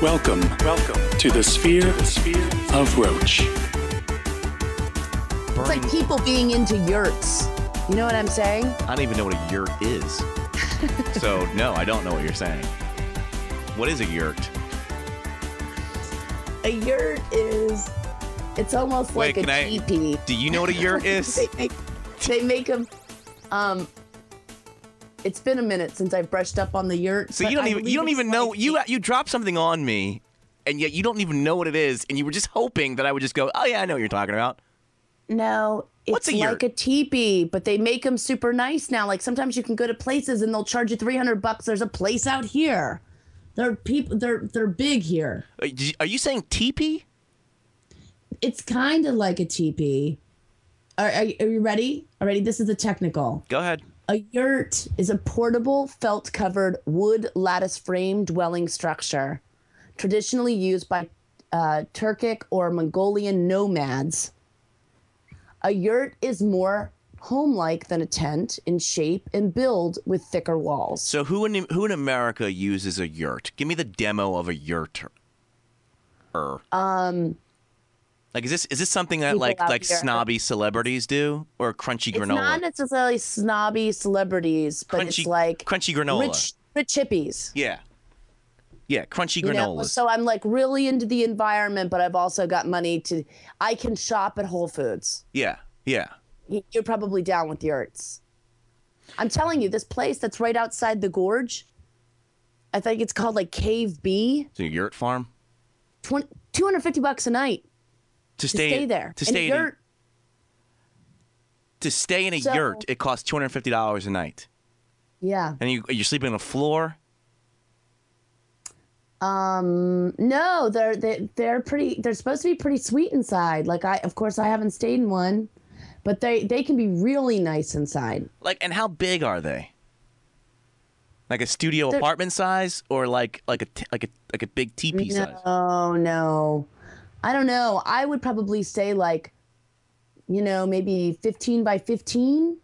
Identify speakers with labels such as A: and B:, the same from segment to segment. A: Welcome, welcome to the sphere, of Roach.
B: It's like people being into yurts. You know what I'm saying?
C: I don't even know what a yurt is. so no, I don't know what you're saying. What is a yurt?
B: A yurt is, it's almost
C: Wait,
B: like
C: can I-
B: a teepee.
C: Do you know what a yurt is?
B: They make, they make 'em, Um, it's been a minute since I've brushed up on the yurt.
C: So
B: but
C: you don't
B: I
C: even
B: believe
C: you don't
B: it's
C: even know
B: like-
C: you you dropped something on me, and yet you don't even know what it is, and you were just hoping that I would just go, oh yeah, I know what you're talking about.
B: No, it's
C: What's a yurt?
B: like a teepee, but they make them super nice now. Like sometimes you can go to places and they'll charge you 300 bucks. There's a place out here. They're people. They're they're big here.
C: Uh, did you- Are you saying teepee?
B: It's kind of like a teepee. Are, are, you- are you ready? Already, this is a technical.
C: Go ahead.
B: A yurt is a portable, felt covered wood lattice frame dwelling structure, traditionally used by uh, Turkic or Mongolian nomads. A yurt is more home like than a tent in shape and build with thicker walls.
C: So who in who in America uses a yurt? Give me the demo of a yurt. Er.
B: Um,
C: Like is this is this something that
B: people
C: like
B: out
C: like
B: here.
C: snobby celebrities do or crunchy
B: it's
C: granola?
B: not necessarily snobby celebrities, but
C: Crunchy-
B: it's like
C: crunchy granola.
B: rich, rich hippies.
C: Yeah. Yeah, crunchy
B: you know?
C: granolas.
B: So I'm like really into the environment, but I've also got money to. I can shop at Whole Foods.
C: yeah, yeah.
B: Y- You're probably down with yurts. I'm telling you, this place that's right outside the gorge. I think it's called like Cave B.
C: So your yurt farm
B: Twen- 250 bucks a night
C: to
B: to
C: stay,
B: stay, there.
C: to
B: In a
C: stay in,
B: yurt.
C: to stay in a
B: So-
C: yurt. It costs two hundred fifty dollars a night,
B: Yeah.
C: and you you're sleeping on the floor.
B: Um. No, they're they, they're pretty. They're supposed to be pretty sweet inside. Like I, of course, I haven't stayed in one, but they they can be really nice inside.
C: Like, and how big are they? Like a studio
B: They're-
C: apartment size, or like like a t- like a like a big teepee size?
B: Oh no. I don't know. I would probably say like, you know, maybe 15 by 15.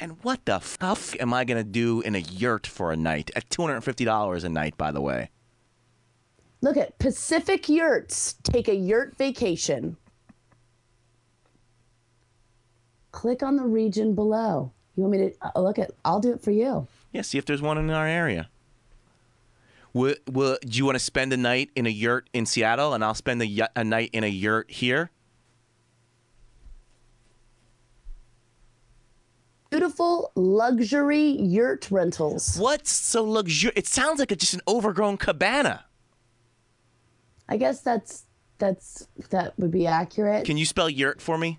C: And what the fuck am I gonna do in a yurt for a night at two hundred fifty dollars a night? By the way,
B: Look at Pacific Yurts. Take a yurt vacation. Click on the region below. You want me to uh, look at? I'll do it for you.
C: yeah. See if there's one in our area. Will, will, do you want to spend a night in a yurt in Seattle, and I'll spend a, y- a night in a yurt here?
B: Beautiful luxury yurt rentals.
C: What's so luxurious? It sounds like a, just an overgrown cabana.
B: I guess that's that's that would be accurate.
C: Can you spell yurt for me?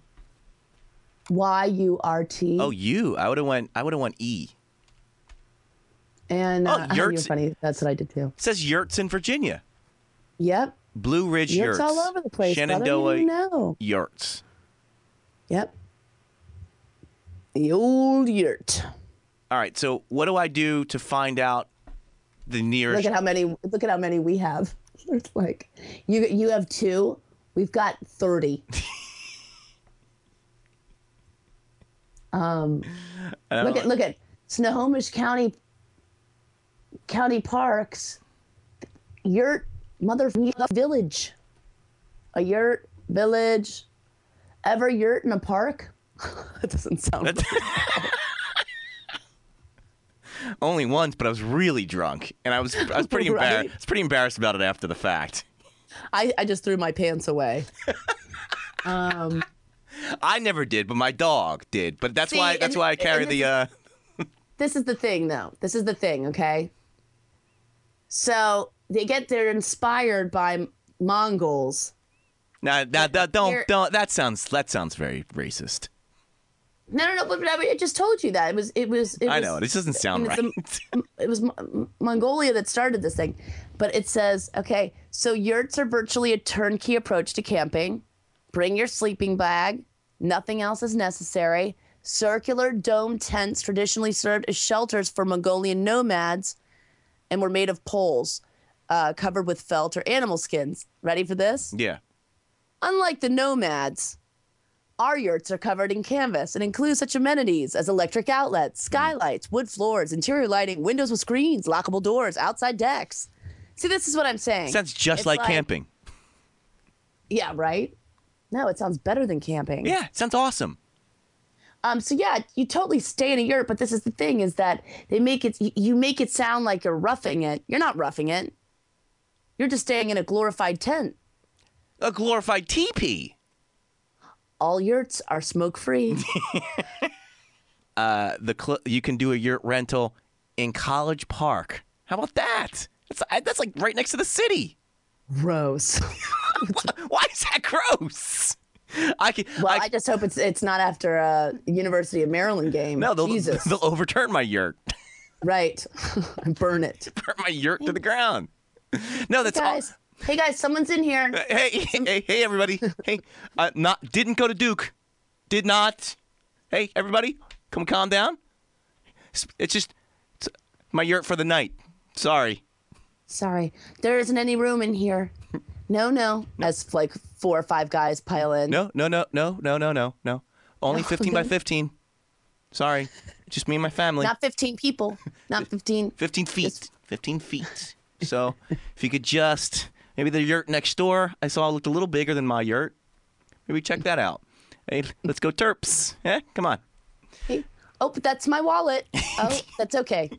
B: Y U R T.
C: Oh, you. I would have went. I would have went E.
B: and
C: oh,
B: uh, you're
C: yurts-
B: funny. That's what I did too.
C: It says yurts in Virginia.
B: Yep.
C: Blue Ridge
B: Yurts
C: yurts.
B: all over the place. brother.
C: Shenandoah
B: You didn't know.
C: yurts.
B: Yep. The old yurt.
C: All right. So what do I do to find out the
B: Look
C: nearest?
B: at how many. Look at how many we have. It's like you. You have two. We've got thirty. um,
C: I don't
B: look at
C: know.
B: look at Snohomish County. County parks. Yurt motherfucking village. A yurt village. Ever yurt in a park? that doesn't sound.
C: That- Only once, but I was really drunk, and I was I was pretty
B: Right.
C: embarrassed. I was pretty embarrassed about it after the fact.
B: I, I just threw my pants away. um,
C: I never did, but my dog did. But that's
B: See,
C: why that's
B: and-
C: why I
B: and
C: carry
B: this
C: the. Uh,
B: this is the thing, though. This is the thing, okay? So they get they're inspired by Mongols.
C: nah, nah, nah, don't
B: Here-
C: don't. That sounds that sounds very racist.
B: No, no, no. But, but I, I just told you that it was it was. It
C: I
B: was,
C: know this doesn't sound
B: it's
C: right.
B: a- it was Mon- Mongolia that started this thing. But it says, okay, so yurts are virtually a turnkey approach to camping. Bring your sleeping bag. Nothing else is necessary. Circular dome tents traditionally served as shelters for Mongolian nomads and were made of poles uh, covered with felt or animal skins. Ready for this?
C: yeah.
B: Unlike the nomads, our yurts are covered in canvas and include such amenities as electric outlets,
C: Hmm.
B: skylights, wood floors, interior lighting, windows with screens, lockable doors, outside decks. See, this is what I'm saying.
C: Sounds just
B: It's
C: like,
B: like-
C: camping.
B: yeah, right? No, it sounds better than camping.
C: Yeah, it sounds awesome.
B: Um, so yeah, you totally stay in a yurt, but this is the thing is that they make it y- you make it sound like you're roughing it. You're not roughing it. You're just staying in a glorified tent.
C: A glorified teepee.
B: All yurts are smoke free.
C: Uh, the cl- you can do a yurt rental in College Park. How about that? That's I- that's like right next to the city. Uh,
B: Gross.
C: Why is that gross? I can.
B: Well,
C: I,
B: I, just hope it's it's not after a University of Maryland game.
C: no, they'll,
B: Jesus,
C: they'll overturn my yurt.
B: right? Burn it,
C: Burn my yurt to the ground. No, that's all.
B: guys. Hey guys, someone's in here.
C: Hey, hey, hey, hey, everybody. Hey, uh, not didn't go to Duke. Did not. Hey, everybody, come calm down. It's, it's just it's my yurt for the night. Sorry.
B: Sorry, there isn't any room in here. No, no. As like four or five guys pile in.
C: No, no, no, no, no, no, no, no. Only 15 by 15. Sorry. Just me and my family.
B: Not fifteen people. Not fifteen.
C: 15 feet. 15 feet. So if you could just, maybe the yurt next door I saw looked a little bigger than my yurt. Maybe check that out. Hey, let's go Terps. Eh, come on.
B: Hey, Oh, but that's my wallet. Oh, that's okay.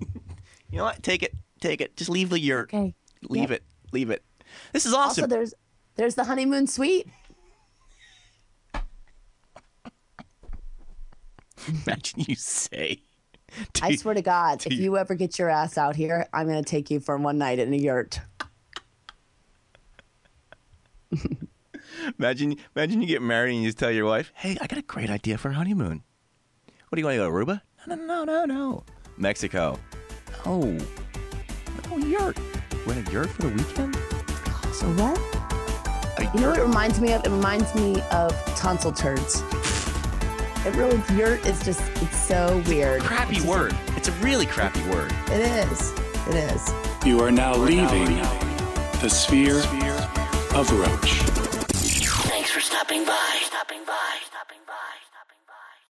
C: You know what? Take it. Take it. Just leave the yurt.
B: Okay.
C: Leave it. Leave it. This is
B: Also,
C: awesome.
B: there's there's the honeymoon suite.
C: Imagine you say.
B: I swear to God, if you ever get your ass out here, I'm gonna take you for one night in a yurt.
C: Imagine, imagine you get married and you just tell your wife, "Hey, I got a great idea for a honeymoon. What do you want to go to Aruba? No, no, no, no, no. Mexico. No. No yurt. We're in a yurt for the weekend.
B: So what?
C: A
B: You know what it
C: yurt?
B: reminds me of? It reminds me of tonsil turds. It really, yurt is just, it's so weird.
C: Crappy
B: It's just-
C: word. It's a really crappy word.
B: It is. It is.
A: You are now leaving the sphere of Roach.
D: Thanks for stopping by. Stopping by. Stopping by. Stopping by.